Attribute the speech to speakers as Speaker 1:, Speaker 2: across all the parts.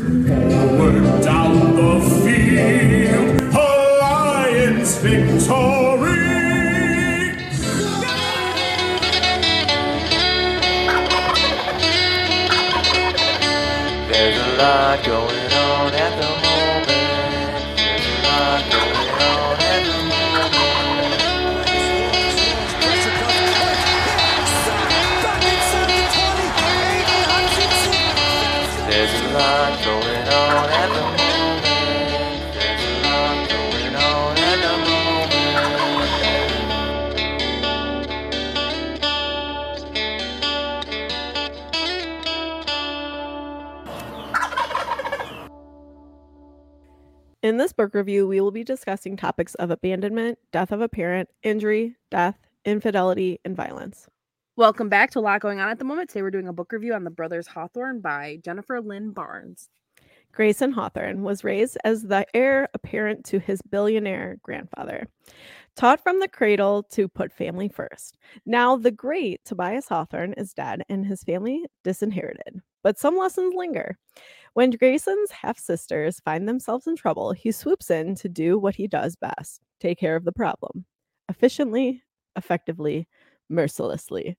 Speaker 1: Forward down the field, Alliance victory!
Speaker 2: There's a lot going on at the moment. There's a lot going on at the moment. There's a lot going on at the moment. There's a lot going on at the moment.
Speaker 3: In this book review, we will be discussing topics of abandonment, death of a parent, injury, death, infidelity, and violence.
Speaker 4: Welcome back to a lot going on at the moment. Today we're doing a book review on The Brothers Hawthorne by Jennifer Lynn Barnes.
Speaker 3: Grayson Hawthorne was raised as the heir apparent to his billionaire grandfather. Taught from the cradle to put family first. Now, the great Tobias Hawthorne is dead and his family disinherited, but some lessons linger. When Grayson's half sisters find themselves in trouble, he swoops in to do what he does best take care of the problem efficiently, effectively, mercilessly,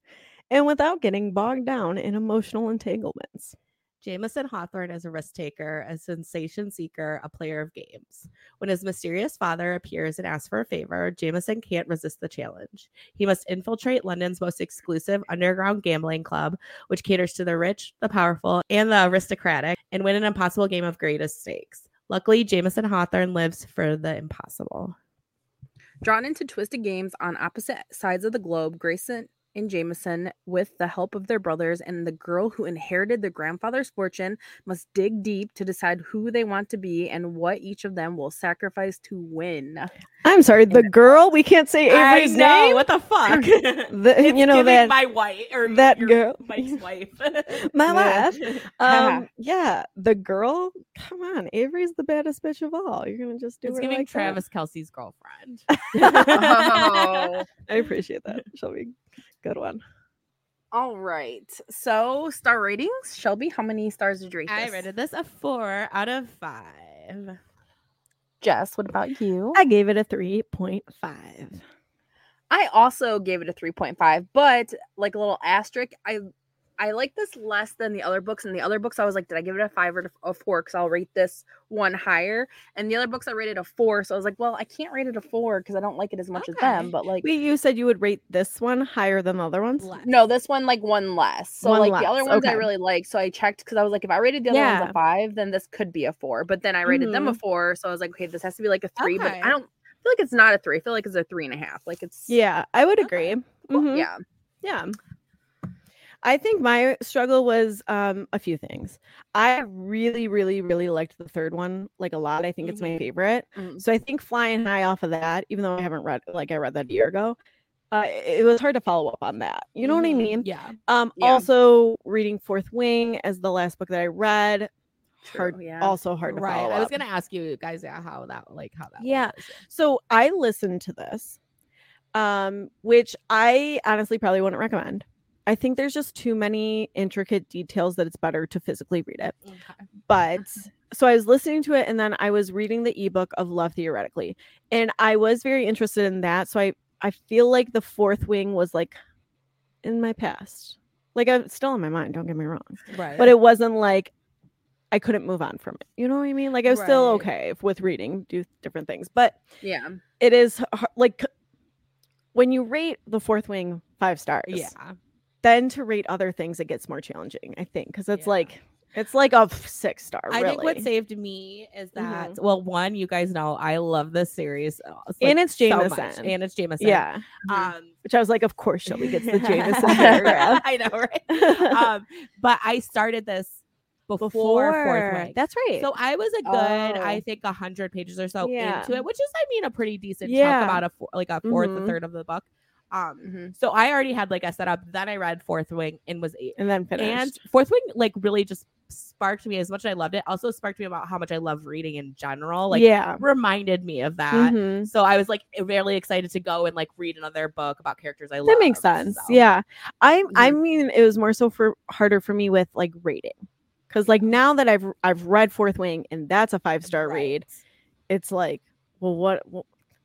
Speaker 3: and without getting bogged down in emotional entanglements.
Speaker 5: Jameson Hawthorne is a risk taker, a sensation seeker, a player of games. When his mysterious father appears and asks for a favor, Jameson can't resist the challenge. He must infiltrate London's most exclusive underground gambling club, which caters to the rich, the powerful, and the aristocratic, and win an impossible game of greatest stakes. Luckily, Jameson Hawthorne lives for the impossible.
Speaker 4: Drawn into twisted games on opposite sides of the globe, Grayson and Jameson, with the help of their brothers and the girl who inherited their grandfather's fortune, must dig deep to decide who they want to be and what each of them will sacrifice to win.
Speaker 3: I'm sorry, the girl. We can't say Avery's name.
Speaker 5: What the fuck?
Speaker 3: The- you know that
Speaker 5: my wife or
Speaker 3: that your- girl- Mike's
Speaker 5: Mike's wife.
Speaker 3: my wife.
Speaker 4: Haha.
Speaker 3: Um, yeah, the girl. Come on, Avery's the baddest bitch of all. You're gonna just do
Speaker 5: It's
Speaker 3: her
Speaker 5: giving
Speaker 3: like that?
Speaker 5: Travis Kelsey's girlfriend.
Speaker 4: Oh.
Speaker 3: I appreciate that. She'll be good one.
Speaker 4: All right. So, star ratings. Shelby, how many stars did you rate
Speaker 5: I
Speaker 4: this?
Speaker 5: rated this a four out of five.
Speaker 4: Jess, what about you?
Speaker 3: I gave it a three point five.
Speaker 4: I also gave it a 3.5, but like a little asterisk, I I like this less than the other books. And the other books, I was like, did I give it a five or a four? Because I'll rate this one higher. And the other books, I rated a four. So I was like, well, I can't rate it a four because I don't like it as much as them.
Speaker 5: Okay.
Speaker 4: But like,
Speaker 3: Wait, you said you would rate this one higher than the other ones?
Speaker 5: Less.
Speaker 4: no, this one like one less. So
Speaker 3: One
Speaker 4: like the other
Speaker 3: less,
Speaker 4: ones, I
Speaker 3: okay.
Speaker 4: really like. So I checked because I was like, if I rated the other ones
Speaker 3: Yeah. Mm-hmm.
Speaker 4: a five, then this could be a four. But then I rated them a four. So I was like, okay, this has to be like a three.
Speaker 5: Okay.
Speaker 4: But I don't I feel like it's not a three. I feel like it's a three and a half. Like it's
Speaker 3: Yeah, I would agree.
Speaker 5: Okay.
Speaker 3: Mhm.
Speaker 4: yeah.
Speaker 3: Yeah. I think my struggle was um, a few things. I really, really, really liked the third one like a lot. I think it's
Speaker 5: Mm-hmm.
Speaker 3: my favorite.
Speaker 4: Mhm.
Speaker 3: So I think flying high off of that, even though I haven't read like I read that a year ago, uh, it was hard to follow up on that. You know what I
Speaker 5: Mhm.
Speaker 3: mean?
Speaker 5: Yeah.
Speaker 3: Um,
Speaker 4: Yeah.
Speaker 3: also reading Fourth Wing as the last book that I read, hard,
Speaker 4: True, yeah.
Speaker 3: also hard to
Speaker 5: right.
Speaker 3: follow
Speaker 5: I was
Speaker 3: up.
Speaker 5: gonna ask you guys yeah, how that like how that.
Speaker 3: Yeah.
Speaker 5: was.
Speaker 3: So I listened to this, um, which I honestly probably wouldn't recommend. I think there's just too many intricate details that it's better to physically read it.
Speaker 5: Okay.
Speaker 3: But so I was listening to it and then I was reading the ebook of Love Theoretically. And I was very interested in that. So I, I feel like the fourth wing was like in my past. Like I'm still in my mind, don't get me wrong.
Speaker 5: Right.
Speaker 3: But it wasn't like I couldn't move on from it. You know what I mean? Like I was still
Speaker 5: Right.
Speaker 3: okay with reading, do different things. But
Speaker 4: Yeah.
Speaker 3: it is h- h- like c- when you rate the fourth wing five stars
Speaker 5: yeah.
Speaker 3: then to rate other things it gets more challenging i think because it's
Speaker 5: Yeah.
Speaker 3: like it's like a f- six star
Speaker 5: I think what
Speaker 3: really.
Speaker 5: saved me is that
Speaker 3: Mm-hmm.
Speaker 5: well, one, you guys know I love this series, uh, s-
Speaker 3: And
Speaker 5: like,
Speaker 3: it's
Speaker 5: so much,
Speaker 3: Jameson.
Speaker 5: and it's Jameson.
Speaker 3: yeah
Speaker 5: Um,
Speaker 3: which i was like of course shelby gets the jameson paragraph
Speaker 5: I know, right? um, but I started this before, fourth wing.
Speaker 3: that's right
Speaker 5: So I was a good, I
Speaker 4: Oh.
Speaker 5: think, a hundred pages or so
Speaker 3: Yeah.
Speaker 5: into it, which is, I mean, a pretty decent
Speaker 3: Yeah.
Speaker 5: chunk, about a four, like a 4th
Speaker 3: Mhm.
Speaker 5: a third of the book. Um,
Speaker 4: Mhm.
Speaker 5: so I already had like a setup. Then I read Fourth Wing and was eight.
Speaker 3: and then finished
Speaker 5: And Fourth Wing like really just sparked me as much as I loved it. Also sparked me about how much I love reading in general. Like
Speaker 3: yeah
Speaker 5: reminded me of that.
Speaker 3: Mhm.
Speaker 5: So I was like really excited to go and like read another book about characters I love.
Speaker 3: that makes sense
Speaker 5: So, Mm-hmm.
Speaker 3: yeah i i mean it was more so for harder for me with like rating Because like now that I've I've read Fourth Wing and that's a five star
Speaker 5: Right.
Speaker 3: read, it's like, well, what wh-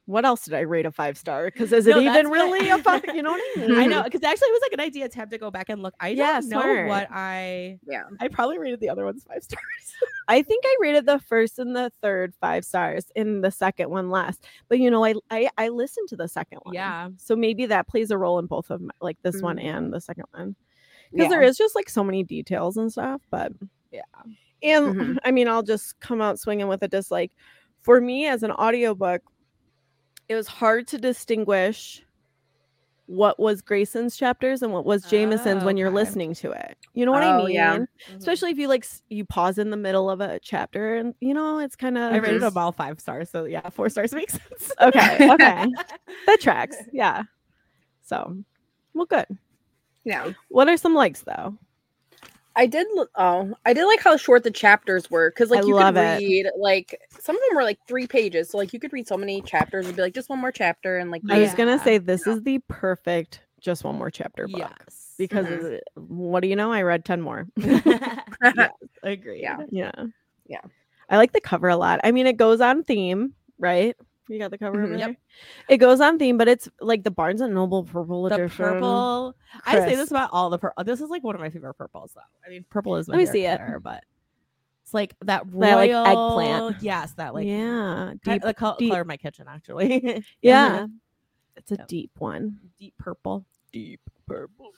Speaker 3: what else did I rate a five star? Because is
Speaker 5: No,
Speaker 3: it even
Speaker 5: that's what-
Speaker 3: really a five? You know what I mean?
Speaker 5: I know because actually it was like an idea to have to go back and look. I don't
Speaker 3: Yeah,
Speaker 5: know
Speaker 3: smart.
Speaker 5: what I
Speaker 4: Yeah.
Speaker 5: I probably rated the other ones five stars.
Speaker 3: I think I rated the first and the third five stars, and the second one less. But you know, I I, I listened to the second one.
Speaker 5: Yeah.
Speaker 3: So maybe that plays a role in both of my, like this one and the second one. Because
Speaker 4: Mm-hmm. Yeah.
Speaker 3: there is just like so many details and stuff, but
Speaker 5: Yeah.
Speaker 3: And
Speaker 4: Mhm.
Speaker 3: I mean, I'll just come out swinging with a dislike. For me as an audiobook, it was hard to distinguish what was Grayson's chapters and what was Jameson's when you're
Speaker 5: Okay.
Speaker 3: listening to it. You know what I
Speaker 4: Oh,
Speaker 3: mean?
Speaker 4: yeah.
Speaker 3: especially if you like s- you pause in the middle of a chapter and you know it's kind
Speaker 5: I
Speaker 3: of
Speaker 5: rated
Speaker 4: Mhm.
Speaker 5: them all five stars, so yeah, four stars makes sense.
Speaker 3: okay okay that tracks yeah so well good
Speaker 4: Yeah.
Speaker 3: what are some likes though
Speaker 4: I did. l- Oh, I did like how short the chapters were because, like,
Speaker 3: I
Speaker 4: you
Speaker 3: love
Speaker 4: could
Speaker 3: it.
Speaker 4: read like some of them were like three pages, so like you could read so many chapters and be like, just one more chapter, and like,
Speaker 3: i was
Speaker 4: read-
Speaker 3: gonna
Speaker 5: Yeah.
Speaker 3: say this is the perfect just one more chapter book
Speaker 5: yes. Mm-hmm.
Speaker 3: because
Speaker 4: Mhm.
Speaker 3: it- what do you know i read 10 more
Speaker 5: yes, agreed.
Speaker 4: Yeah.
Speaker 3: yeah
Speaker 4: Yeah.
Speaker 3: i like the cover a lot i mean it goes on theme right you got the cover over there?
Speaker 4: Mhm.
Speaker 5: Mm-hmm. Yep.
Speaker 3: It goes on theme, but it's like the Barnes and Noble purple
Speaker 5: The
Speaker 3: edition.
Speaker 5: purple. I say
Speaker 3: Chris.
Speaker 5: this about all the purple. This is like one of my favorite purples, though. I mean, purple is my
Speaker 3: Let me
Speaker 5: favorite
Speaker 3: see it.
Speaker 5: color, but it's like that
Speaker 3: That,
Speaker 5: royal
Speaker 3: like, eggplant.
Speaker 5: Yes, that like
Speaker 3: yeah,
Speaker 5: ki-
Speaker 3: deep,
Speaker 5: the col-
Speaker 3: deep-
Speaker 5: color of my kitchen actually.
Speaker 3: yeah. It's a
Speaker 5: Yep.
Speaker 3: deep one.
Speaker 5: deep purple. Deep purple.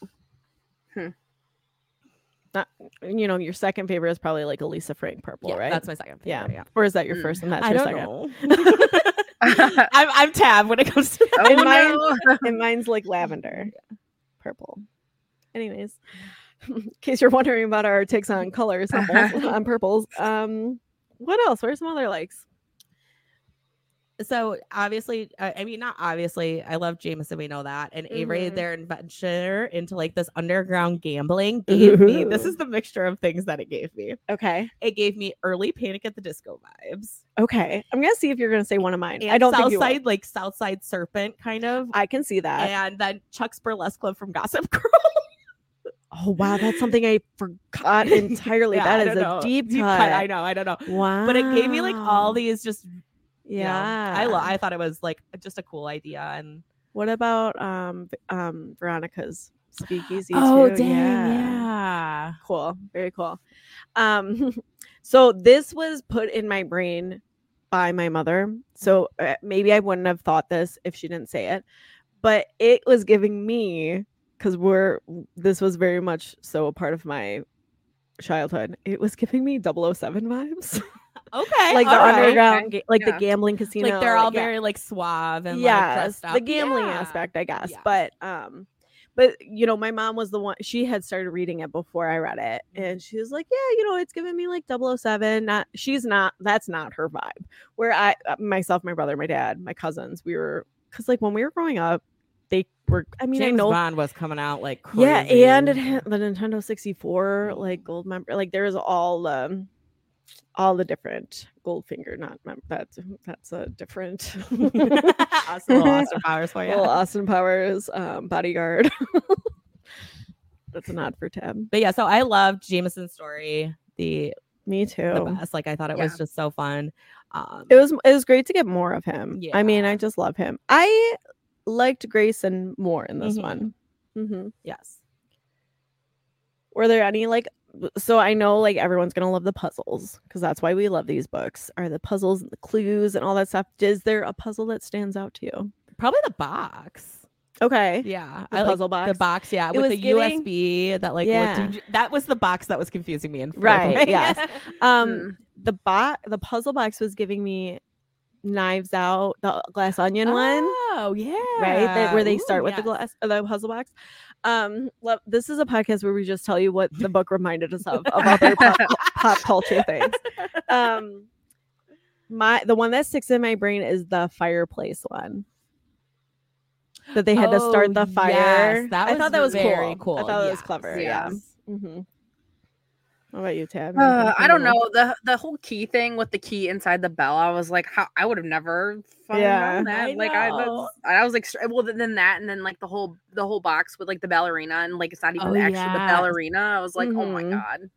Speaker 3: you know, your second favorite is probably like a Lisa Frank purple,
Speaker 5: yeah,
Speaker 3: right?
Speaker 5: that's my second.
Speaker 3: Yeah.
Speaker 5: Favorite, yeah.
Speaker 3: or is that your
Speaker 4: Mm.
Speaker 3: first and that's
Speaker 5: I
Speaker 3: your
Speaker 5: don't
Speaker 3: second?
Speaker 5: know. I'm I'm tab when it comes to that.
Speaker 4: oh,
Speaker 3: And mine-
Speaker 4: no.
Speaker 3: and mine's like lavender, purple. Anyways, in case you're wondering about our takes on colors on, purples- on purples, um, what else? Where's some other likes?
Speaker 5: so obviously uh, i mean not obviously i love jameson we know that and avery
Speaker 3: Mhm.
Speaker 5: their adventure into like this underground gambling gave me this
Speaker 3: Ooh.
Speaker 5: is the mixture of things that it gave me
Speaker 3: Okay,
Speaker 5: it gave me early panic at the disco vibes
Speaker 3: okay. I'm gonna see if you're gonna say one of mine. I
Speaker 5: and
Speaker 3: don't think you will.
Speaker 5: southside like southside serpent kind of
Speaker 3: I can see that.
Speaker 5: and then chuck's burlesque club from gossip girl
Speaker 3: oh wow, that's something I forgot entirely.
Speaker 5: Yeah, I
Speaker 3: that is
Speaker 5: don't
Speaker 3: a
Speaker 5: know.
Speaker 3: deep cut.
Speaker 5: i know i don't know
Speaker 3: Wow.
Speaker 5: but it gave me like all these just you know,
Speaker 3: yeah.
Speaker 5: i lo- i thought it was like just a cool idea and
Speaker 3: What about um v- um Veronica's speakeasy? too?
Speaker 5: Oh, yeah.
Speaker 3: Cool. Very cool. Um so this was put in my brain by my mother. So uh, maybe I wouldn't have thought this if she didn't say it. But it was giving me cuz we're this was very much so a part of my childhood. It was giving me 007 vibes.
Speaker 5: okay
Speaker 3: like the
Speaker 5: all right.
Speaker 3: underground ga- like
Speaker 4: Yeah.
Speaker 3: the gambling casino.
Speaker 5: like they're all
Speaker 3: yeah.
Speaker 5: very like suave and like
Speaker 3: Yes,
Speaker 5: dressed up.
Speaker 3: the gambling
Speaker 5: Yeah.
Speaker 3: aspect, I guess.
Speaker 5: Yes.
Speaker 3: But um, but you know, my mom was the one she had started reading it before I read it,
Speaker 5: Mm-hmm.
Speaker 3: and she was like, "Yeah, you know, it's giving me like 007. Not she's not that's not her vibe." Where I uh, myself, my brother, my dad, my cousins, we were because like when we were growing up, they were. I mean, I
Speaker 5: James
Speaker 3: know.
Speaker 5: Bond was coming out like crazy. Mm-hmm.
Speaker 3: Yeah, and it had the Nintendo 64 like gold member. Like there was all um all the different Goldfinger, not mem- that's that's a different
Speaker 5: Us little Austin powers for you.
Speaker 3: Little Austin Powers um, bodyguard. That's an ad for Tab.
Speaker 5: But yeah, so I loved Jameson's story the,
Speaker 3: Me
Speaker 5: the
Speaker 3: too.
Speaker 5: best. Like I thought it was
Speaker 4: Yeah.
Speaker 5: just so fun. Um,
Speaker 3: It was it was great to get more of him. I mean, I
Speaker 5: Yeah.
Speaker 3: just love him. I liked Grayson more in this
Speaker 5: Mhm.
Speaker 3: one.
Speaker 5: Mm-hmm.
Speaker 3: hmm
Speaker 5: yes.
Speaker 3: Were there any like? w- So I know like everyone's gonna love the puzzles because that's why we love these books. Are the puzzles and the clues and all that stuff? Is there a puzzle that stands out to you?
Speaker 5: Probably the box.
Speaker 3: Okay,
Speaker 5: Yeah,
Speaker 3: Eh, The
Speaker 5: I like
Speaker 3: puzzle box.
Speaker 5: The box, yeah,
Speaker 3: It
Speaker 5: with
Speaker 3: was
Speaker 5: the
Speaker 3: giving-
Speaker 5: USB that like
Speaker 3: Yeah.
Speaker 5: looked, that was the box that was confusing me. In fourth
Speaker 3: Right,
Speaker 5: grade.
Speaker 3: yes. Um,
Speaker 4: Mm.
Speaker 3: the bot the puzzle box was giving me knives out the glass onion one
Speaker 5: Oh yeah,
Speaker 3: right that where they
Speaker 5: Ooh,
Speaker 3: start with the
Speaker 5: yes.
Speaker 3: glass uh, the puzzle box um love, this is a podcast where we just tell you what the book reminded us of of other pop, pop culture things um my the one that sticks in my brain is the fireplace one that they had to start
Speaker 5: Oh,
Speaker 3: the
Speaker 5: yes,
Speaker 3: fire
Speaker 5: that
Speaker 3: i
Speaker 5: was
Speaker 3: thought that was
Speaker 5: very
Speaker 3: cool. i
Speaker 5: cool,
Speaker 3: thought it was
Speaker 5: yes,
Speaker 3: clever yeah
Speaker 4: yes.
Speaker 3: hmm what about you tab
Speaker 4: Uh,
Speaker 3: Anything
Speaker 4: I don't
Speaker 3: similar?
Speaker 4: know the the whole key thing with the key inside the bell. I was like, how I would have never found
Speaker 3: Yeah.
Speaker 4: yeah,
Speaker 5: I
Speaker 4: that. like I
Speaker 5: know.
Speaker 4: was, I was like, str- well, then that, and then like the whole the whole box with like the ballerina, and like it's not even
Speaker 5: Oh,
Speaker 4: actually the
Speaker 5: yes.
Speaker 4: ballerina. I was like, oh my
Speaker 3: Mhm.
Speaker 4: god,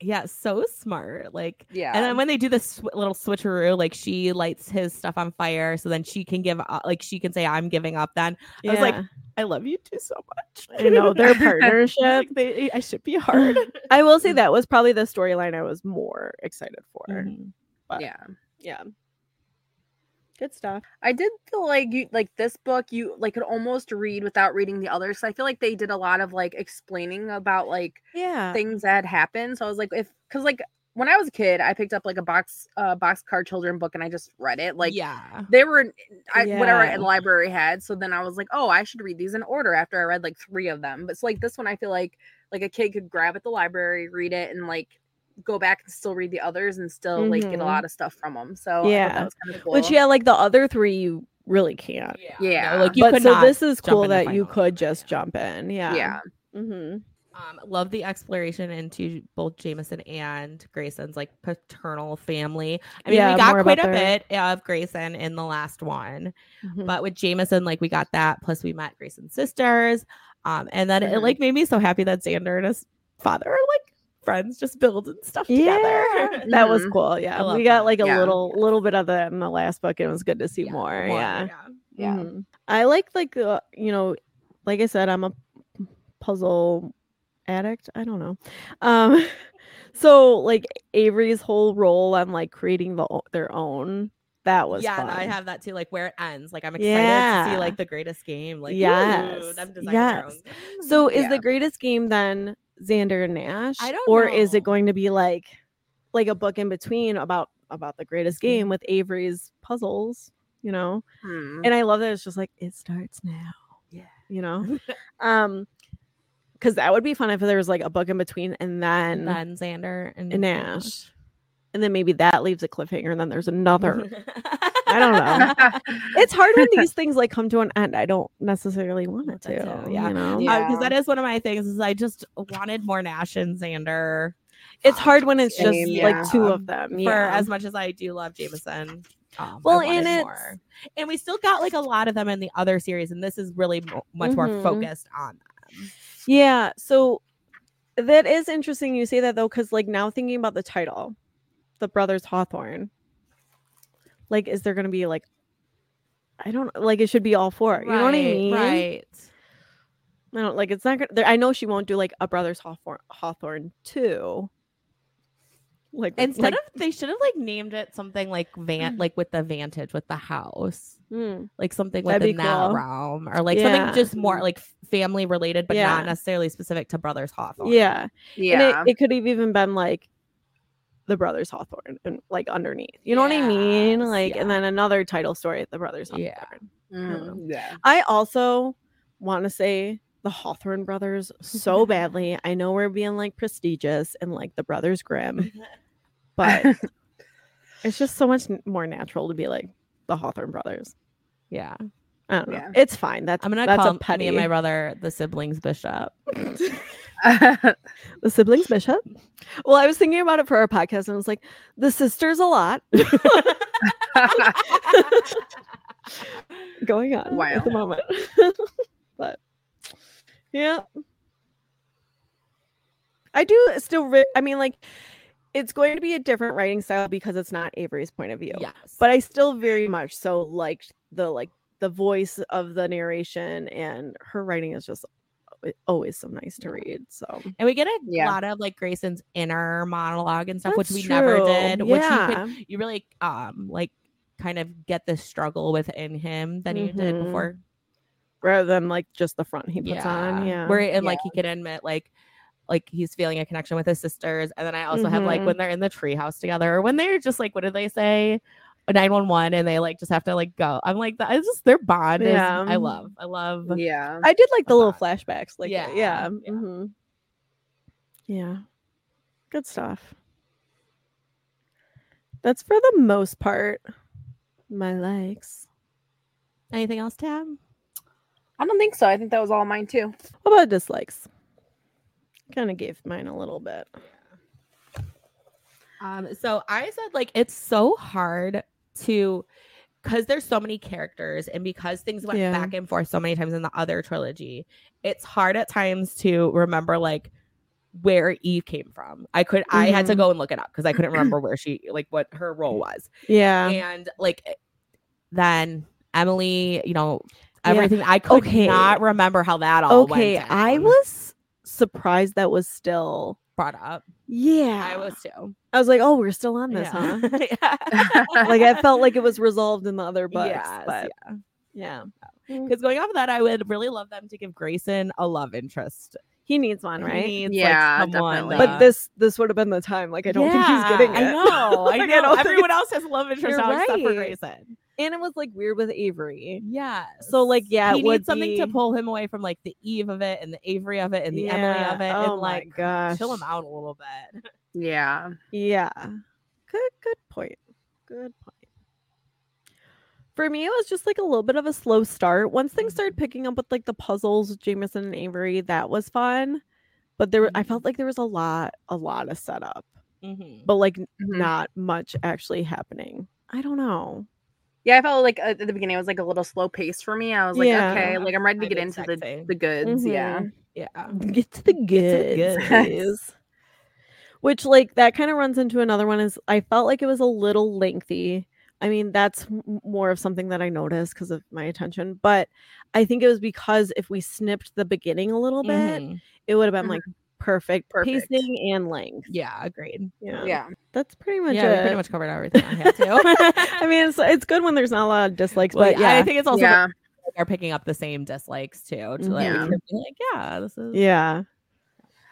Speaker 5: Yeah, so smart. Like,
Speaker 4: Yeah.
Speaker 3: Um,
Speaker 5: and then when they do this sw- little switcheroo, like she lights his stuff on fire, so then she can give, up, like she can say, "I'm giving up." Then I was like, I love you two so much.
Speaker 3: I know their partnership.
Speaker 5: Like, they, I should be hard.
Speaker 3: I will say that was probably the storyline I was more excited for.
Speaker 5: Mhm.
Speaker 3: but-
Speaker 4: yeah.
Speaker 3: Yeah. Good stuff.
Speaker 4: I did feel like you like this book you like could almost read without reading the others. So I feel like they did a lot of like explaining about like
Speaker 3: Yeah.
Speaker 4: things that had happened. So I was like if cuz like when I was a kid, I picked up like a box uh boxcar children book and I just read it. Like
Speaker 5: yeah,
Speaker 4: they were I, whatever
Speaker 3: Yeah.
Speaker 4: the library had. So then I was like, oh, I should read these in order after I read like three of them. But it's like this one, I feel like like a kid could grab at the library, read it, and like go back and still read the others and still like get a
Speaker 3: Mhm.
Speaker 4: lot of stuff from them. So I thought
Speaker 3: Yeah.
Speaker 4: that was kind of cool.
Speaker 3: Which yeah, like the other three you really can't.
Speaker 4: yeah,
Speaker 5: No, like you
Speaker 3: but
Speaker 5: could
Speaker 3: so
Speaker 5: not.
Speaker 3: this is
Speaker 5: jump
Speaker 3: cool
Speaker 5: in the
Speaker 3: that you
Speaker 5: final.
Speaker 3: could just jump in. Yeah.
Speaker 4: yeah,
Speaker 3: Mhm.
Speaker 5: um, love the exploration into both Jameson and Grayson's like paternal family. I mean,
Speaker 3: Yeah,
Speaker 5: we got
Speaker 3: more
Speaker 5: quite a
Speaker 3: about their-
Speaker 5: bit of Grayson in the last one,
Speaker 3: Mhm.
Speaker 5: but with Jameson, like we got that. Plus, we met Grayson's sisters, um, and then
Speaker 3: Mm.
Speaker 5: it
Speaker 4: Mhm.
Speaker 5: like made me so happy that Xander and his father are like friends, just building stuff
Speaker 3: yeah.
Speaker 5: together. Mm-hmm.
Speaker 3: That was
Speaker 4: Mhm.
Speaker 3: cool. Yeah.
Speaker 5: love
Speaker 3: We got
Speaker 5: that.
Speaker 3: like a
Speaker 4: Yeah.
Speaker 3: little little bit of that in the last book and it was good to see
Speaker 5: Yeah,
Speaker 3: more. Yeah.
Speaker 4: Yeah.
Speaker 3: Mhm. I like like uh, you know, like I said, I'm a puzzle addict. I don't know. Um, so like Avery's whole role on like creating the o- their own that was
Speaker 5: yeah,
Speaker 3: fun.
Speaker 5: I have that too. Like where it ends. Like I'm excited to see
Speaker 3: Yeah.
Speaker 5: like the greatest game. Like ooh,
Speaker 3: Yes,
Speaker 5: them designing their own
Speaker 3: yes.
Speaker 5: game.
Speaker 3: so is
Speaker 4: Yeah.
Speaker 3: the greatest game then Xander and Nash,
Speaker 5: I don't
Speaker 3: or is
Speaker 5: know.
Speaker 3: it going to be like like a book in between about about the greatest
Speaker 5: Mm-hmm.
Speaker 3: game with Avery's puzzles? You know,
Speaker 4: Hmm.
Speaker 3: and I love that it's just like it starts now.
Speaker 5: Mm-hmm. Yeah.
Speaker 3: you know. um because that would be fun if there was like a book in between and then
Speaker 5: and then Xander and
Speaker 3: and Nash. and then maybe that leaves a cliffhanger and then there's another
Speaker 5: I
Speaker 3: don't know. it's hard when these things like come to an end i don't necessarily want it
Speaker 5: Want Oh, it
Speaker 3: to
Speaker 5: to,
Speaker 3: yeah
Speaker 5: yeah.
Speaker 3: you know
Speaker 4: Yeah.
Speaker 5: Because that is one of my things. Is I just wanted more Nash and Xander.
Speaker 3: it's hard when it's just
Speaker 4: Same,
Speaker 3: like two
Speaker 5: yeah.
Speaker 3: of them
Speaker 5: For
Speaker 3: yeah
Speaker 5: as much as I do love Jameson. Um,
Speaker 3: Well,
Speaker 5: I wanted
Speaker 3: and it's-
Speaker 5: more. and we still got like a lot of them in the other series, and this is really mo- much more
Speaker 3: Mhm.
Speaker 5: focused on.
Speaker 3: yeah so that is interesting you say that though because like now thinking about the title the brothers hawthorne like is there gonna be like i don't like it should be all four you know what i mean
Speaker 5: Right.
Speaker 3: I don't like it's not gonna. There, I know she won't do like a Brothers Hawthorne, Hawthorne two. Like
Speaker 5: Instead
Speaker 3: like,
Speaker 5: of they should have like named it something like van like with the vantage with the house.
Speaker 3: mm,
Speaker 5: Like something
Speaker 3: That'd be
Speaker 5: within that
Speaker 3: cool.
Speaker 5: realm or like
Speaker 3: Yeah.
Speaker 5: something just more like f- family related but
Speaker 3: Yeah.
Speaker 5: not necessarily specific to Brothers Hawthorne.
Speaker 3: yeah, And
Speaker 4: yeah,
Speaker 3: it, it could have even been like the Brothers Hawthorne and like underneath. You know what I mean?
Speaker 5: Yes,
Speaker 3: Like, and
Speaker 5: yeah.
Speaker 3: then another title story, the Brothers Hawthorne.
Speaker 5: Yeah.
Speaker 4: Mm, yeah.
Speaker 3: I also want to say the Hawthorne brothers so badly. I know we're being like prestigious and like the Brothers Grimm, but it's just so much n- more natural to be like the Hawthorne brothers.
Speaker 5: Yeah.
Speaker 3: I don't know.
Speaker 4: Yeah.
Speaker 3: It's fine. That's
Speaker 5: I'm gonna
Speaker 3: that's
Speaker 5: call
Speaker 3: a petty.
Speaker 5: me and my brother the siblings bishop.
Speaker 3: the siblings bishop. Well, I was thinking about it for our podcast, and I was like, the sisters a lot going on at the moment. but yeah, I do still. Re- I mean, like, it's going to be a different writing style because it's not Avery's point of view.
Speaker 5: Yes.
Speaker 3: but I still very much so liked the like the voice of the narration and her writing is just al- always so nice to read. So
Speaker 5: and we get a
Speaker 4: Yeah.
Speaker 5: lot of like Grayson's inner monologue and stuff, which we
Speaker 3: That's
Speaker 5: never
Speaker 3: true.
Speaker 5: did. Which you could
Speaker 3: Yeah.
Speaker 5: you really um like kind of get the struggle within him than you did
Speaker 3: Mhm.
Speaker 5: before
Speaker 3: rather than like just the front he puts on. Yeah.
Speaker 5: Where and like he can admit like like he's feeling a connection with his sisters. And then I also have like
Speaker 3: Mhm.
Speaker 5: when they're in the treehouse together or when they're just like what did they say? 911 and they like just have to like go. I'm like that is just their bond is
Speaker 3: Yeah.
Speaker 5: I love. I love
Speaker 4: yeah.
Speaker 3: I did like the little
Speaker 5: thought.
Speaker 3: flashbacks. Like yeah,
Speaker 5: Yeah,
Speaker 3: yeah, mhm.
Speaker 5: yeah.
Speaker 3: yeah. Good stuff. That's for the most part my likes.
Speaker 5: anything else, Tab?
Speaker 4: I don't think so. I think that was all mine too.
Speaker 3: What about dislikes? Kind of gave mine a little bit.
Speaker 5: Um, so I said like it's so hard to because there's so many characters and because things went
Speaker 3: Yeah.
Speaker 5: back and forth so many times in the other trilogy, it's hard at times to remember like where Eve came from. I could I had to
Speaker 3: Mhm.
Speaker 5: go and look it up because I couldn't remember where she like what her
Speaker 3: Mm.
Speaker 5: role was.
Speaker 3: Yeah.
Speaker 5: And like eh, then Emily, you know,
Speaker 3: Yeah.
Speaker 5: everything I could
Speaker 3: Okay.
Speaker 5: not remember how that all
Speaker 3: Okay,
Speaker 5: went
Speaker 3: I
Speaker 5: down.
Speaker 3: was surprised that was still
Speaker 5: brought up.
Speaker 3: Yeah.
Speaker 5: I was too.
Speaker 3: I was like, "Oh, we're still on this, huh?" Like I felt like it was resolved in the other books,
Speaker 5: Yes,
Speaker 3: but yeah.
Speaker 5: Because going off of that, I would really love them to give Grayson a love interest.
Speaker 3: He needs one, right?
Speaker 5: He needs,
Speaker 4: Yeah,
Speaker 5: someone,
Speaker 4: definitely.
Speaker 3: but
Speaker 5: uh,
Speaker 3: this this would have been the time. Like I don't
Speaker 5: Yeah,
Speaker 3: think he's getting it.
Speaker 5: I know. I
Speaker 3: Like, I
Speaker 5: know.
Speaker 3: don't think
Speaker 5: Everyone else has love interest
Speaker 3: You're
Speaker 5: now except for
Speaker 3: right.
Speaker 5: Grayson.
Speaker 3: and it was like weird with Avery.
Speaker 5: Yeah.
Speaker 3: So, like, yeah, it
Speaker 5: he
Speaker 3: would
Speaker 5: needs something to
Speaker 3: be-
Speaker 5: pull him away from like the Eve of it and the Avery of it and the Emily
Speaker 3: Yeah.
Speaker 5: of it
Speaker 3: Oh
Speaker 5: and
Speaker 3: my
Speaker 5: like
Speaker 3: gosh.
Speaker 5: chill him out a little bit.
Speaker 4: yeah.
Speaker 3: Yeah. Good good point. Good point. For me, it was just like a little bit of a slow start. Once things
Speaker 5: Mhm.
Speaker 3: started picking up with like the puzzles, Jameson and Avery, that was fun. But there, were- I
Speaker 5: Mm-hmm.
Speaker 3: felt like there was a lot, a lot of setup, but like n-
Speaker 5: Mm-hmm.
Speaker 4: Mhm.
Speaker 3: not much actually happening. I don't know.
Speaker 4: Yeah, I felt like uh, at the beginning it was like a little slow pace for me. I was like,
Speaker 3: Yeah.
Speaker 4: okay, like I'm ready to
Speaker 5: I
Speaker 4: get Mm-hmm.
Speaker 5: did
Speaker 4: into
Speaker 5: exact
Speaker 4: the,
Speaker 5: same.
Speaker 4: the goods. Yeah.
Speaker 3: Mhm.
Speaker 5: Yeah.
Speaker 3: Get to the goods.
Speaker 5: goods.
Speaker 3: please. Which like that kind of runs into another one is I felt like it was a little lengthy. I mean, that's m- more of something that I noticed because of my attention, but I think it was because if we snipped the beginning a little bit,
Speaker 5: Mhm.
Speaker 3: it would have been
Speaker 4: Mhm.
Speaker 3: like perfect,
Speaker 4: Perfect.
Speaker 3: pacing and length.
Speaker 5: Yeah, agreed.
Speaker 3: Yeah.
Speaker 4: Yeah.
Speaker 3: That's pretty much
Speaker 5: Yeah, we
Speaker 3: it.
Speaker 5: pretty much covered everything I had
Speaker 3: I
Speaker 5: to.
Speaker 3: mean, it's, it's good when there's not a lot of dislikes,
Speaker 5: Well,
Speaker 3: but yeah,
Speaker 5: I think it's also
Speaker 4: yeah.
Speaker 5: like, are picking up the same dislikes too. To like,
Speaker 4: Yeah.
Speaker 5: yeah. like, yeah, this is
Speaker 3: yeah,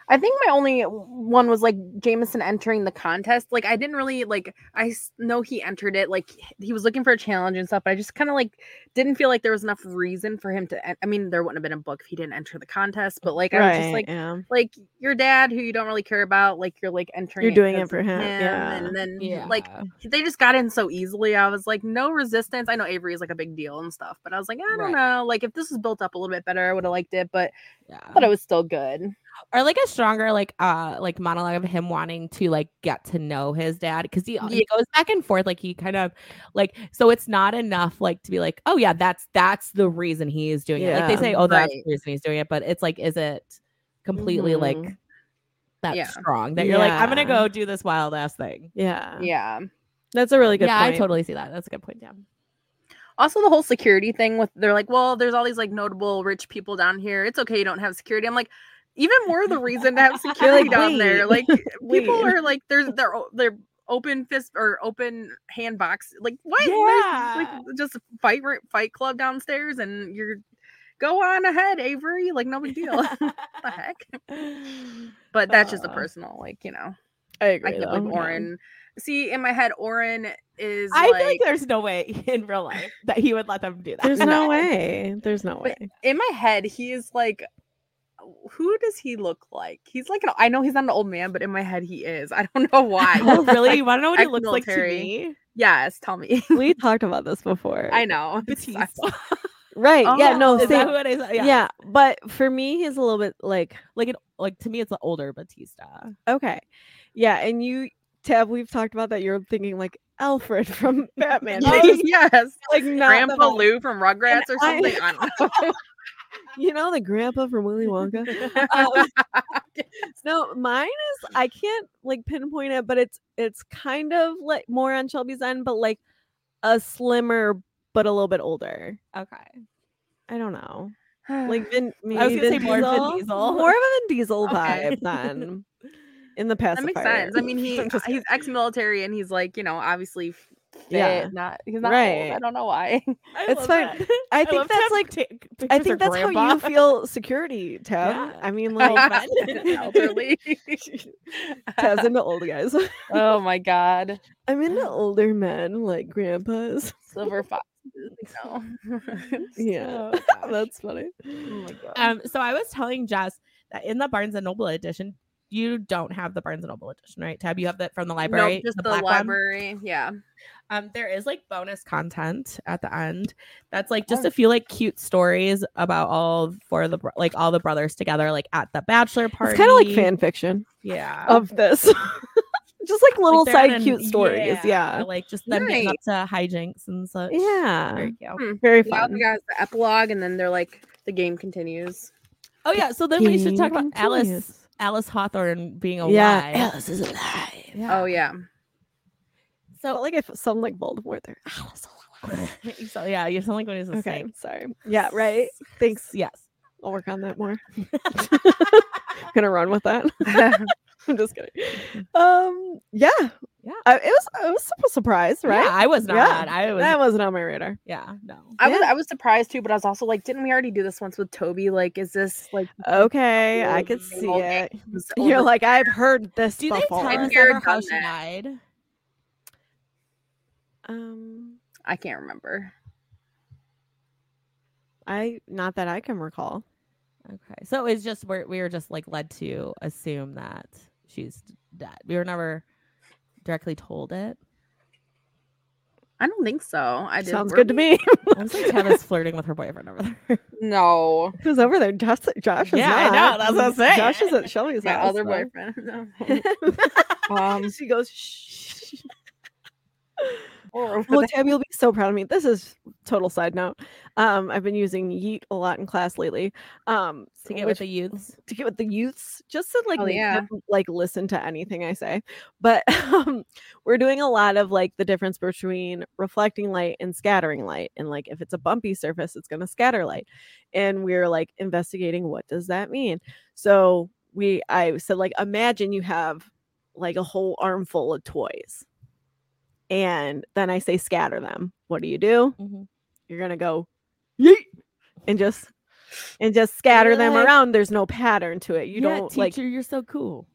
Speaker 4: I think my only one was like Jameson entering the contest. Like I didn't really like I s- know he entered it like he was looking for a challenge and stuff. But I just kind of like didn't feel like there was enough reason for him to en- I mean there wouldn't have been a book if he didn't enter the contest, but like I was just
Speaker 3: right.
Speaker 4: like
Speaker 3: yeah.
Speaker 4: like your dad who you don't really care about like you're like entering
Speaker 3: You're doing it
Speaker 4: 'cause
Speaker 3: for
Speaker 4: of
Speaker 3: him, yeah.
Speaker 4: and then
Speaker 5: yeah.
Speaker 4: like they just got in so easily. I was like, no resistance. I know Avery is like a big deal and stuff, but I was like, I don't know. Like if this was built up a little bit better, I would have liked it, but I
Speaker 5: yeah.
Speaker 3: Uh-huh.
Speaker 4: thought it was still good.
Speaker 5: or like a stronger like uh like monologue of him wanting to like get to know his dad because he, uh, he goes back and forth like he kind of like so it's not enough like to be like oh yeah that's that's the reason he is doing it like
Speaker 3: Yeah,
Speaker 5: they say oh that's
Speaker 4: right.
Speaker 5: the reason he's doing it but it's like is it completely like
Speaker 3: Mhm.
Speaker 5: that
Speaker 4: Mm-hmm. Yeah.
Speaker 5: strong that you're like I'm gonna
Speaker 3: Yeah.
Speaker 5: go do this wild ass thing
Speaker 3: Yeah.
Speaker 4: Yeah.
Speaker 3: That's a really good
Speaker 5: yeah
Speaker 3: point.
Speaker 5: I totally see that that's a good point yeah
Speaker 4: Also, the whole security thing with they're like, well, there's all these like notable rich people down here. It's okay, you don't have security. I'm like, even more the reason to have security down there.
Speaker 3: "Wait,
Speaker 4: Like people
Speaker 3: wait."
Speaker 4: are like, there's they're o- they're open fist or open hand box. Like what? There's
Speaker 5: Yeah.
Speaker 4: like just a fight ri- fight club downstairs, and you're go on ahead, Avery. Like no big deal. What the heck? But that's just a
Speaker 5: Uh,
Speaker 4: personal, like you know,
Speaker 3: I
Speaker 4: I
Speaker 3: agree.
Speaker 4: can't
Speaker 3: though.
Speaker 4: believe Oren. See, in my head, Oren is.
Speaker 5: I
Speaker 4: like,
Speaker 5: feel like there's no way in real life that he would let them do that
Speaker 3: There's no
Speaker 4: No.
Speaker 3: way. There's no way.
Speaker 4: But in my head, he is like, who does he look like? He's like, an, I know he's not an old man, but in my head, he is. I don't know why.
Speaker 5: oh really you want to know what he looks like to
Speaker 4: Ex-military.
Speaker 5: me
Speaker 4: yes, tell me.
Speaker 3: we talked about this before.
Speaker 4: I know. It's- I-
Speaker 5: Batista.
Speaker 3: right. yeah.
Speaker 4: Oh,
Speaker 3: No.
Speaker 5: Is that
Speaker 3: Same.
Speaker 5: what it is?
Speaker 3: Yeah. But for me, he's a little bit like
Speaker 5: Like it like to me it's the older Batista.
Speaker 3: okay, yeah. And you, Tab, we've talked about that. You're thinking like Alfred from Batman.
Speaker 5: Oh,
Speaker 3: It's just,
Speaker 4: yes,
Speaker 3: like not the
Speaker 4: Grandpa
Speaker 3: vibe.
Speaker 4: Lou from Rugrats or
Speaker 3: I-
Speaker 4: something. I, don't know.
Speaker 3: You know the grandpa from Willy Wonka. no, mine is I can't like pinpoint it, but it's it's kind of like more on Shelby's end, but like a slimmer but a little bit older.
Speaker 5: Okay.
Speaker 3: I don't know. like Vin, maybe
Speaker 5: I was gonna
Speaker 3: Vin
Speaker 5: say more Vin
Speaker 3: Diesel?
Speaker 5: Diesel.
Speaker 3: more of a Vin Diesel
Speaker 4: Okay.
Speaker 3: vibe than in the past.
Speaker 4: that makes sense. I mean, he he's ex-military and he's like, you know, obviously fit,
Speaker 3: Yeah.
Speaker 4: not he's not
Speaker 3: Right.
Speaker 4: old. I don't know why.
Speaker 3: It's fine. I think that's like I think that's how you feel security, Tab.
Speaker 5: Yeah.
Speaker 3: I mean,
Speaker 5: Old
Speaker 3: like
Speaker 5: men.
Speaker 4: Elderly.
Speaker 3: Tab's into old guys.
Speaker 4: oh my god,
Speaker 3: I'm into older men, like grandpas.
Speaker 4: silver fox. No.
Speaker 3: Yeah, Oh that's funny.
Speaker 5: Um so I was telling Jess that in the Barnes and Noble edition, you don't have the Barnes and Noble edition, right? Tab, you have that from the library.
Speaker 4: Nope, just the,
Speaker 5: black one?
Speaker 4: library. Yeah.
Speaker 5: Um, there is like bonus content at the end. That's like just a few like cute stories about all four of the bro- like all the brothers together, like at the bachelor party.
Speaker 3: It's kind of like fan fiction
Speaker 5: yeah.
Speaker 3: of this, just like little
Speaker 5: they're in
Speaker 3: side
Speaker 5: an-
Speaker 3: cute stories. Yeah,
Speaker 5: like just them getting up to hijinks and such.
Speaker 3: yeah,
Speaker 5: Very cute.
Speaker 3: very
Speaker 4: Yeah,
Speaker 3: fun.
Speaker 4: we got the epilogue, and then they're like, the game continues.
Speaker 5: Oh yeah, so then we should talk about
Speaker 3: Alice.
Speaker 5: Alice Alice Hawthorne being alive.
Speaker 3: yeah, Alice is alive.
Speaker 5: Yeah.
Speaker 4: Oh yeah.
Speaker 3: So like if some like Voldemort there. Alice alive.
Speaker 5: You sound- yeah, you sound like one is a
Speaker 3: Okay,
Speaker 5: snake.
Speaker 3: sorry. Yeah, right. Thanks.
Speaker 5: Yes.
Speaker 3: I'll work on that more. gonna run with that. I'm just kidding. Um, yeah,
Speaker 5: Yeah.
Speaker 3: I, it was it was a surprise, right?
Speaker 5: Yeah, I was
Speaker 3: Yeah.
Speaker 5: not. I was.
Speaker 3: that wasn't on my radar.
Speaker 5: yeah. No.
Speaker 4: I was I was surprised too, but I was also like, didn't we already do this once with Toby? Like, is this like
Speaker 3: Okay, I
Speaker 4: Yeah,
Speaker 3: could
Speaker 4: you
Speaker 3: see
Speaker 4: know,
Speaker 3: it.
Speaker 4: was
Speaker 3: Oh, You're
Speaker 4: over-
Speaker 3: like, I've heard this
Speaker 5: Do they
Speaker 3: before.
Speaker 5: tell us
Speaker 4: You're
Speaker 5: ever how
Speaker 4: done
Speaker 5: she
Speaker 4: that.
Speaker 5: died?
Speaker 3: um,
Speaker 4: I can't remember.
Speaker 3: I not that I can recall.
Speaker 5: Okay. So it's just we're we were just like led to assume that she's dead. We were never directly told it.
Speaker 4: I don't think so. I did
Speaker 3: Sounds good to me.
Speaker 5: I was like Tabitha's flirting with her boyfriend over there.
Speaker 4: No,
Speaker 3: Who's over there? Josh, Josh is
Speaker 5: Yeah, I
Speaker 3: not.
Speaker 5: know, that's what I'm saying.
Speaker 3: Josh is at Shelly's
Speaker 4: my
Speaker 3: house. though.
Speaker 4: other boyfriend. No. um,
Speaker 3: she goes, shh.
Speaker 4: or over
Speaker 3: Well,
Speaker 4: there.
Speaker 3: Tabby will be so proud of me. This is total side note. Um, I've been using yeet a lot in class lately. Um,
Speaker 5: to get
Speaker 3: which-
Speaker 5: with the youths.
Speaker 3: to get with the youths just to like
Speaker 4: Oh,
Speaker 3: make
Speaker 4: yeah.
Speaker 3: them, like listen to anything I say. But um, we're doing a lot of like the difference between reflecting light and scattering light, and like if it's a bumpy surface, it's going to scatter light, and we're like investigating what does that mean. So we, I said like imagine you have like a whole armful of toys, and then I say scatter them. What do you do?
Speaker 5: Mhm.
Speaker 3: You're gonna go yeet and just and just scatter them
Speaker 5: like-
Speaker 3: around. There's no pattern to it. You
Speaker 5: Yeah,
Speaker 3: don't
Speaker 5: teacher,
Speaker 3: like
Speaker 5: you're so cool.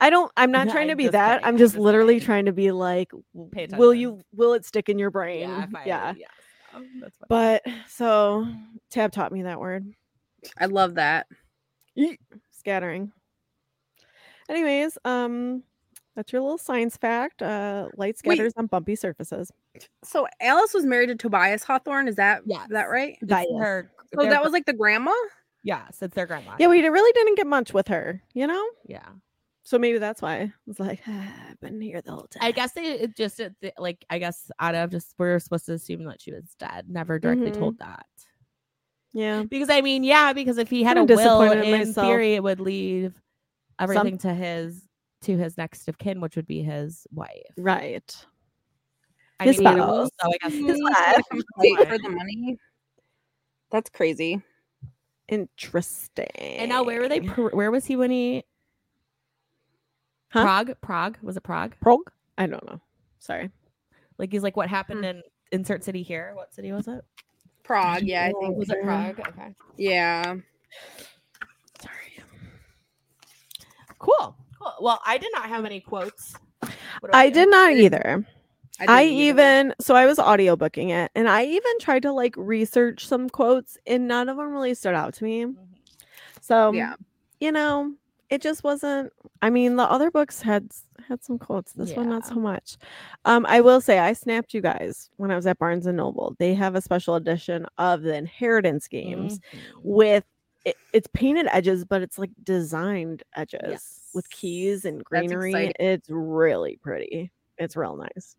Speaker 3: I don't I'm not
Speaker 5: Yeah,
Speaker 3: trying to
Speaker 5: I'm
Speaker 3: be
Speaker 5: just
Speaker 3: that.
Speaker 5: kidding,
Speaker 3: I'm
Speaker 5: I'm
Speaker 3: just
Speaker 5: just
Speaker 3: literally
Speaker 5: kidding.
Speaker 3: trying to be like w-
Speaker 5: Pay
Speaker 3: will
Speaker 5: attention.
Speaker 3: you will it stick in your brain?
Speaker 5: Yeah. if I-
Speaker 3: yeah.
Speaker 5: yes. Oh, that's funny.
Speaker 3: But so Tab taught me that word.
Speaker 4: I love that.
Speaker 3: Scattering. Anyways, um that's your little science fact. Uh light
Speaker 4: Wait.
Speaker 3: scatters on bumpy surfaces.
Speaker 4: So Alice was married to Tobias Hawthorne. Is that yeah?
Speaker 5: Yes.
Speaker 4: that right?
Speaker 5: It's
Speaker 3: Diet.
Speaker 5: her.
Speaker 4: So
Speaker 5: their
Speaker 4: that
Speaker 5: gr-
Speaker 4: was like the grandma.
Speaker 5: yes. It's their grandma.
Speaker 3: Yeah, we d- really didn't get much with her, you know?
Speaker 5: yeah.
Speaker 3: So maybe that's why. It's like I've been here the whole time.
Speaker 5: I guess they it just it- they- like I guess out of just we are supposed to assume that she was dead. Never directly
Speaker 3: Mhm.
Speaker 5: told that
Speaker 3: Yeah.
Speaker 5: because I mean yeah because if he had
Speaker 3: Kinda
Speaker 5: a will
Speaker 3: disappointed in
Speaker 5: in
Speaker 3: myself.
Speaker 5: theory it would leave everything to his to his next of kin which would be his wife.
Speaker 3: Right.
Speaker 5: I
Speaker 3: His
Speaker 5: mean, he had a will,
Speaker 3: spouse.
Speaker 5: so I guess
Speaker 4: Mm,
Speaker 5: his
Speaker 4: she
Speaker 3: wife.
Speaker 4: had come fight for the money. That's crazy.
Speaker 3: Interesting.
Speaker 5: And now where were they? Pr- Where was he when he?
Speaker 3: Huh?
Speaker 5: Prague, Prague was it Prague?
Speaker 3: Prog? I don't know. Sorry.
Speaker 5: Like he's like, what happened in insert city here? What city was it?
Speaker 4: Prague. Yeah, I think.
Speaker 5: Was it
Speaker 3: Okay.
Speaker 5: Prague? Okay,
Speaker 4: Yeah.
Speaker 3: Sorry.
Speaker 5: cool, cool. Well, I did not have any quotes. What do
Speaker 3: I
Speaker 5: do?
Speaker 3: did not either.
Speaker 4: didn't
Speaker 3: I
Speaker 4: either.
Speaker 3: even so I was audiobooking it and I even tried to like research some quotes and none of them really stood out to me. So
Speaker 4: Yeah.
Speaker 3: you know, it just wasn't I mean the other books had s- had some quotes. This one not so
Speaker 5: Yeah.
Speaker 3: much. Um I will say I snapped you guys when I was at Barnes and Noble. They have a special edition of the Inheritance
Speaker 4: Mm-hmm.
Speaker 3: Games
Speaker 5: Mhm.
Speaker 3: with it, it's painted edges, but it's like designed edges with
Speaker 5: Yes.
Speaker 3: keys and
Speaker 4: That's
Speaker 3: greenery.
Speaker 4: exciting.
Speaker 3: It's really pretty. It's real nice.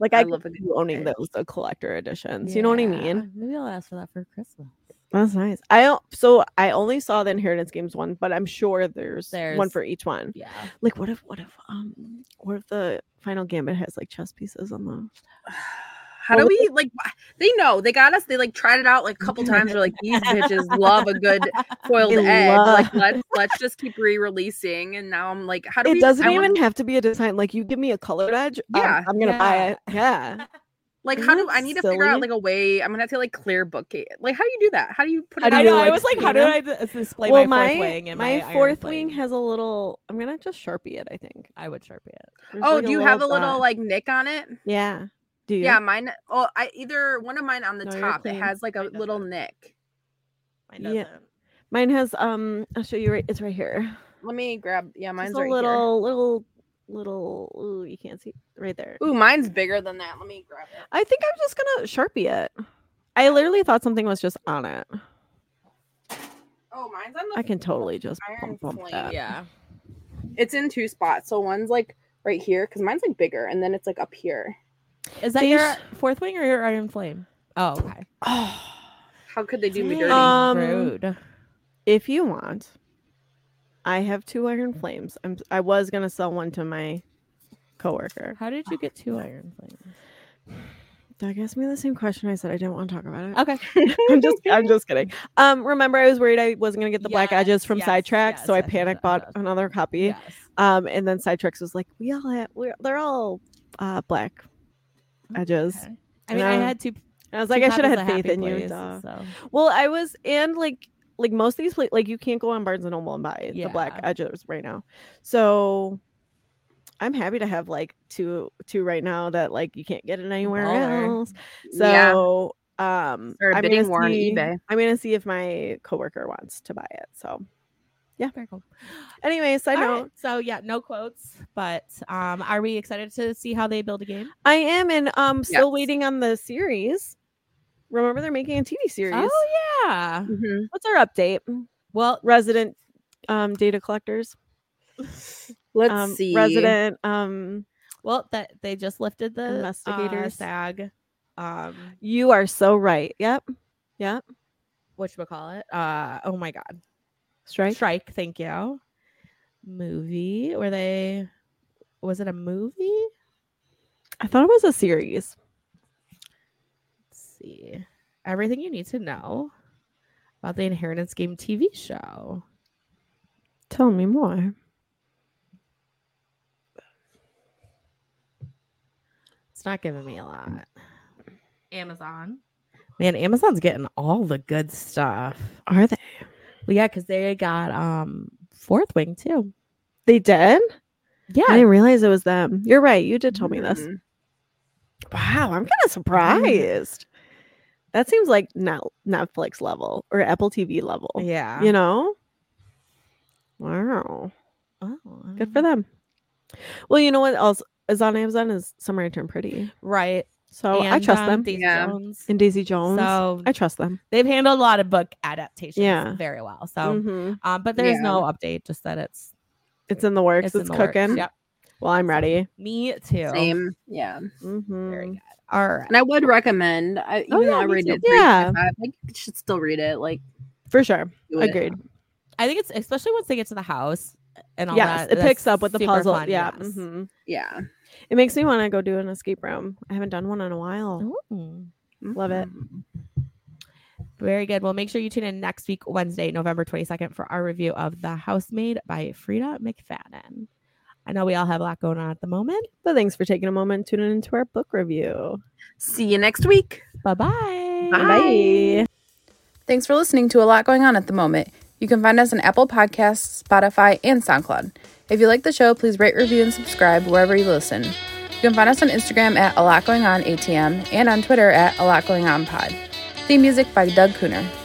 Speaker 3: Like
Speaker 4: I
Speaker 3: I,
Speaker 4: love
Speaker 3: love
Speaker 4: a good
Speaker 3: owning
Speaker 4: package.
Speaker 3: those the collector editions. You know what I mean?
Speaker 5: Yeah, Maybe I'll ask for that for Christmas.
Speaker 3: That's nice. I o- so I only saw the inheritance games one, but I'm sure there's, one
Speaker 5: There's-
Speaker 3: for each one.
Speaker 5: Yeah.
Speaker 3: Like what if what if um what if the final gambit has like chess pieces on the
Speaker 4: How do
Speaker 3: um, What
Speaker 4: we like? wh- They know they got us. They like tried it out like a couple times. They're like, these bitches love a good foiled
Speaker 3: They
Speaker 4: edge.
Speaker 3: love-
Speaker 4: Like let's let's just keep re-releasing. And now I'm like, how do
Speaker 3: it
Speaker 4: we?
Speaker 3: doesn't
Speaker 4: I
Speaker 3: even
Speaker 4: wanna-
Speaker 3: have to be a design. Like you give me a colored edge, um,
Speaker 4: Yeah,
Speaker 3: I'm gonna buy
Speaker 5: yeah.
Speaker 3: it. Yeah.
Speaker 4: like
Speaker 3: isn't
Speaker 4: how do
Speaker 3: that
Speaker 4: I need to figure out
Speaker 3: silly?
Speaker 4: like a way? I'm gonna have to like clear book it. Like how do you do that? How do you put
Speaker 3: How
Speaker 4: it?
Speaker 3: do
Speaker 5: I
Speaker 3: you
Speaker 5: know.
Speaker 3: like
Speaker 5: I was like, how do
Speaker 3: freedom?
Speaker 5: I d- display
Speaker 3: well,
Speaker 5: my
Speaker 3: my
Speaker 5: fourth wing and
Speaker 3: my,
Speaker 5: my, iron
Speaker 3: fourth wing
Speaker 5: fling?
Speaker 3: has a little. I'm gonna just sharpie it. I think.
Speaker 5: I would sharpie it.
Speaker 3: There's,
Speaker 4: Oh,
Speaker 3: like,
Speaker 4: do you have a little
Speaker 3: dot.
Speaker 4: like nick on it?
Speaker 3: Yeah. Do you?
Speaker 4: Yeah, mine. Oh, I either one of mine on the
Speaker 3: No, you're
Speaker 4: top. It
Speaker 3: clean.
Speaker 4: has like a
Speaker 5: Mine doesn't.
Speaker 4: little nick.
Speaker 5: Mine
Speaker 3: Yeah.
Speaker 5: doesn't.
Speaker 3: Mine has. Um, I'll show you. Right, it's right here.
Speaker 4: Let me grab. Yeah, mine's
Speaker 3: Mine's a
Speaker 4: right
Speaker 3: little, little, little. Ooh, you can't see right there.
Speaker 4: here. Ooh, mine's bigger than that. Let me grab it.
Speaker 3: I think I'm just gonna sharpie it. I literally thought something was just on it.
Speaker 4: Oh, mine's on the.
Speaker 3: I can totally just
Speaker 4: Iron
Speaker 3: bump, bump
Speaker 4: flame,
Speaker 3: that.
Speaker 5: Yeah.
Speaker 4: It's in two spots. So one's like right here because mine's like bigger, and then it's like up here.
Speaker 5: Is that
Speaker 3: These-
Speaker 5: your fourth wing or your iron flame? Oh, okay.
Speaker 3: Oh,
Speaker 4: How could they do me
Speaker 5: Dang,
Speaker 4: dirty?
Speaker 3: Um,
Speaker 5: rude.
Speaker 3: if you want, I have two iron flames. I'm I was gonna sell one to my coworker.
Speaker 5: How did you get two iron flames?
Speaker 3: Doug asked me the same question. I said I didn't want to talk about it.
Speaker 5: Okay.
Speaker 3: I'm just I'm just kidding. Um, remember I was worried I wasn't gonna get the black edges
Speaker 5: Yes,
Speaker 3: from
Speaker 5: yes,
Speaker 3: Sidetrack, so
Speaker 5: yes,
Speaker 3: I
Speaker 5: yes, yes,
Speaker 3: panic
Speaker 5: yes,
Speaker 3: bought
Speaker 5: yes.
Speaker 3: another copy.
Speaker 5: Yes.
Speaker 3: Um, and then Sidetracks was like, we all have, we're, they're all uh black edges.
Speaker 5: Okay. I mean, I
Speaker 3: No.
Speaker 5: had two.
Speaker 3: And I was like, I should have had faith in you. duh."
Speaker 5: So.
Speaker 3: Well, I was and like like most of these pla- like you can't go on Barnes and Noble and buy the
Speaker 5: Yeah.
Speaker 3: black edges right now. So I'm happy to have like two two right now that like you can't get it anywhere
Speaker 5: Baller.
Speaker 3: else.
Speaker 4: Yeah.
Speaker 3: So um
Speaker 4: Or a
Speaker 3: I'm
Speaker 4: bidding
Speaker 3: gonna
Speaker 4: war on
Speaker 3: see-
Speaker 4: eBay.
Speaker 3: I'm gonna see if my coworker wants to buy it. So
Speaker 5: Very cool.
Speaker 3: anyway, side
Speaker 5: All right,
Speaker 3: note.
Speaker 5: So yeah, no quotes, but um, are we excited to see how they build a game?
Speaker 3: I am and um still
Speaker 4: Yes.
Speaker 3: waiting on the series. Remember they're making a TV series.
Speaker 5: Oh yeah.
Speaker 4: Mhm.
Speaker 3: What's our update?
Speaker 5: Well,
Speaker 3: Resident um data collectors.
Speaker 4: Let's
Speaker 3: um,
Speaker 4: see.
Speaker 3: resident um
Speaker 5: well, that they just lifted the investigator
Speaker 3: Investigators.
Speaker 5: SAG. Um,
Speaker 3: you are so right yep
Speaker 5: what you call it? Uh, oh my god,
Speaker 3: strike
Speaker 5: strike. Thank you. Movie where they was it a movie?
Speaker 3: i thought it was a series
Speaker 5: Let's see everything you need to know about the Inheritance Game TV show.
Speaker 3: tell me more
Speaker 5: It's not giving me a lot. Amazon. Man, Amazon's getting all the good stuff.
Speaker 3: are they
Speaker 5: Well, yeah, because they got um Fourth Wing too.
Speaker 3: they did i
Speaker 5: Yeah. Mm-hmm.
Speaker 3: didn't realize it was them you're right you did tell me this
Speaker 4: Mhm.
Speaker 3: wow i'm kind of surprised that seems like not netflix level or apple tv level
Speaker 5: Yeah.
Speaker 3: you know wow
Speaker 5: Oh,
Speaker 3: good for them well you know what else is on amazon is summer intern pretty
Speaker 5: Right.
Speaker 3: so i
Speaker 5: And,
Speaker 3: trust
Speaker 5: um,
Speaker 3: them
Speaker 5: Daisy
Speaker 4: Yeah.
Speaker 5: Jones.
Speaker 3: and daisy jones
Speaker 5: So
Speaker 3: i trust them
Speaker 5: they've handled a lot of book adaptations
Speaker 3: Yeah.
Speaker 5: very well. So,
Speaker 4: Mm-hmm.
Speaker 3: Mhm.
Speaker 5: um, but there's
Speaker 4: Yeah.
Speaker 5: no update, just that it's
Speaker 3: it's in the works
Speaker 5: it's,
Speaker 3: it's,
Speaker 5: in the works.
Speaker 3: cooking
Speaker 5: Yep.
Speaker 3: well i'm ready
Speaker 5: Me too.
Speaker 4: Same. Yeah.
Speaker 5: Very
Speaker 3: Mhm.
Speaker 5: good. All right.
Speaker 4: And I would recommend, I, even
Speaker 3: Oh, yeah,
Speaker 4: though I
Speaker 3: me
Speaker 4: read
Speaker 3: too.
Speaker 4: it,
Speaker 3: Yeah.
Speaker 4: yeah, I like, you should still read it. Like,
Speaker 3: For sure.
Speaker 4: do it.
Speaker 3: Agreed.
Speaker 5: I think it's especially once they get to the house and all
Speaker 3: Yes,
Speaker 5: that.
Speaker 3: it picks
Speaker 5: that's
Speaker 3: up with the
Speaker 5: super
Speaker 3: puzzle.
Speaker 5: fun,
Speaker 3: yeah.
Speaker 5: yes.
Speaker 3: mhm.
Speaker 4: Yeah.
Speaker 3: It makes me want to go do an escape room. I haven't done one in a while.
Speaker 5: Ooh.
Speaker 3: Love it.
Speaker 6: Mm-hmm.
Speaker 5: Very good. Well, make sure you tune in next week, Wednesday, November 22nd, for our review of The Housemaid by Frida McFadden. I know we all have a lot going on at the moment.
Speaker 3: But thanks for taking a moment tuning into our book review.
Speaker 4: See you next week.
Speaker 5: Bye-bye.
Speaker 4: Bye.
Speaker 3: Bye.
Speaker 6: Thanks for listening to a lot going on at the moment. You can find us on Apple Podcasts, Spotify, and SoundCloud. If you like the show, please rate, review, and subscribe wherever you listen. You can find us on Instagram at a lot going on ATM and on Twitter at a lot going on pod. Theme music by Doug Cooner.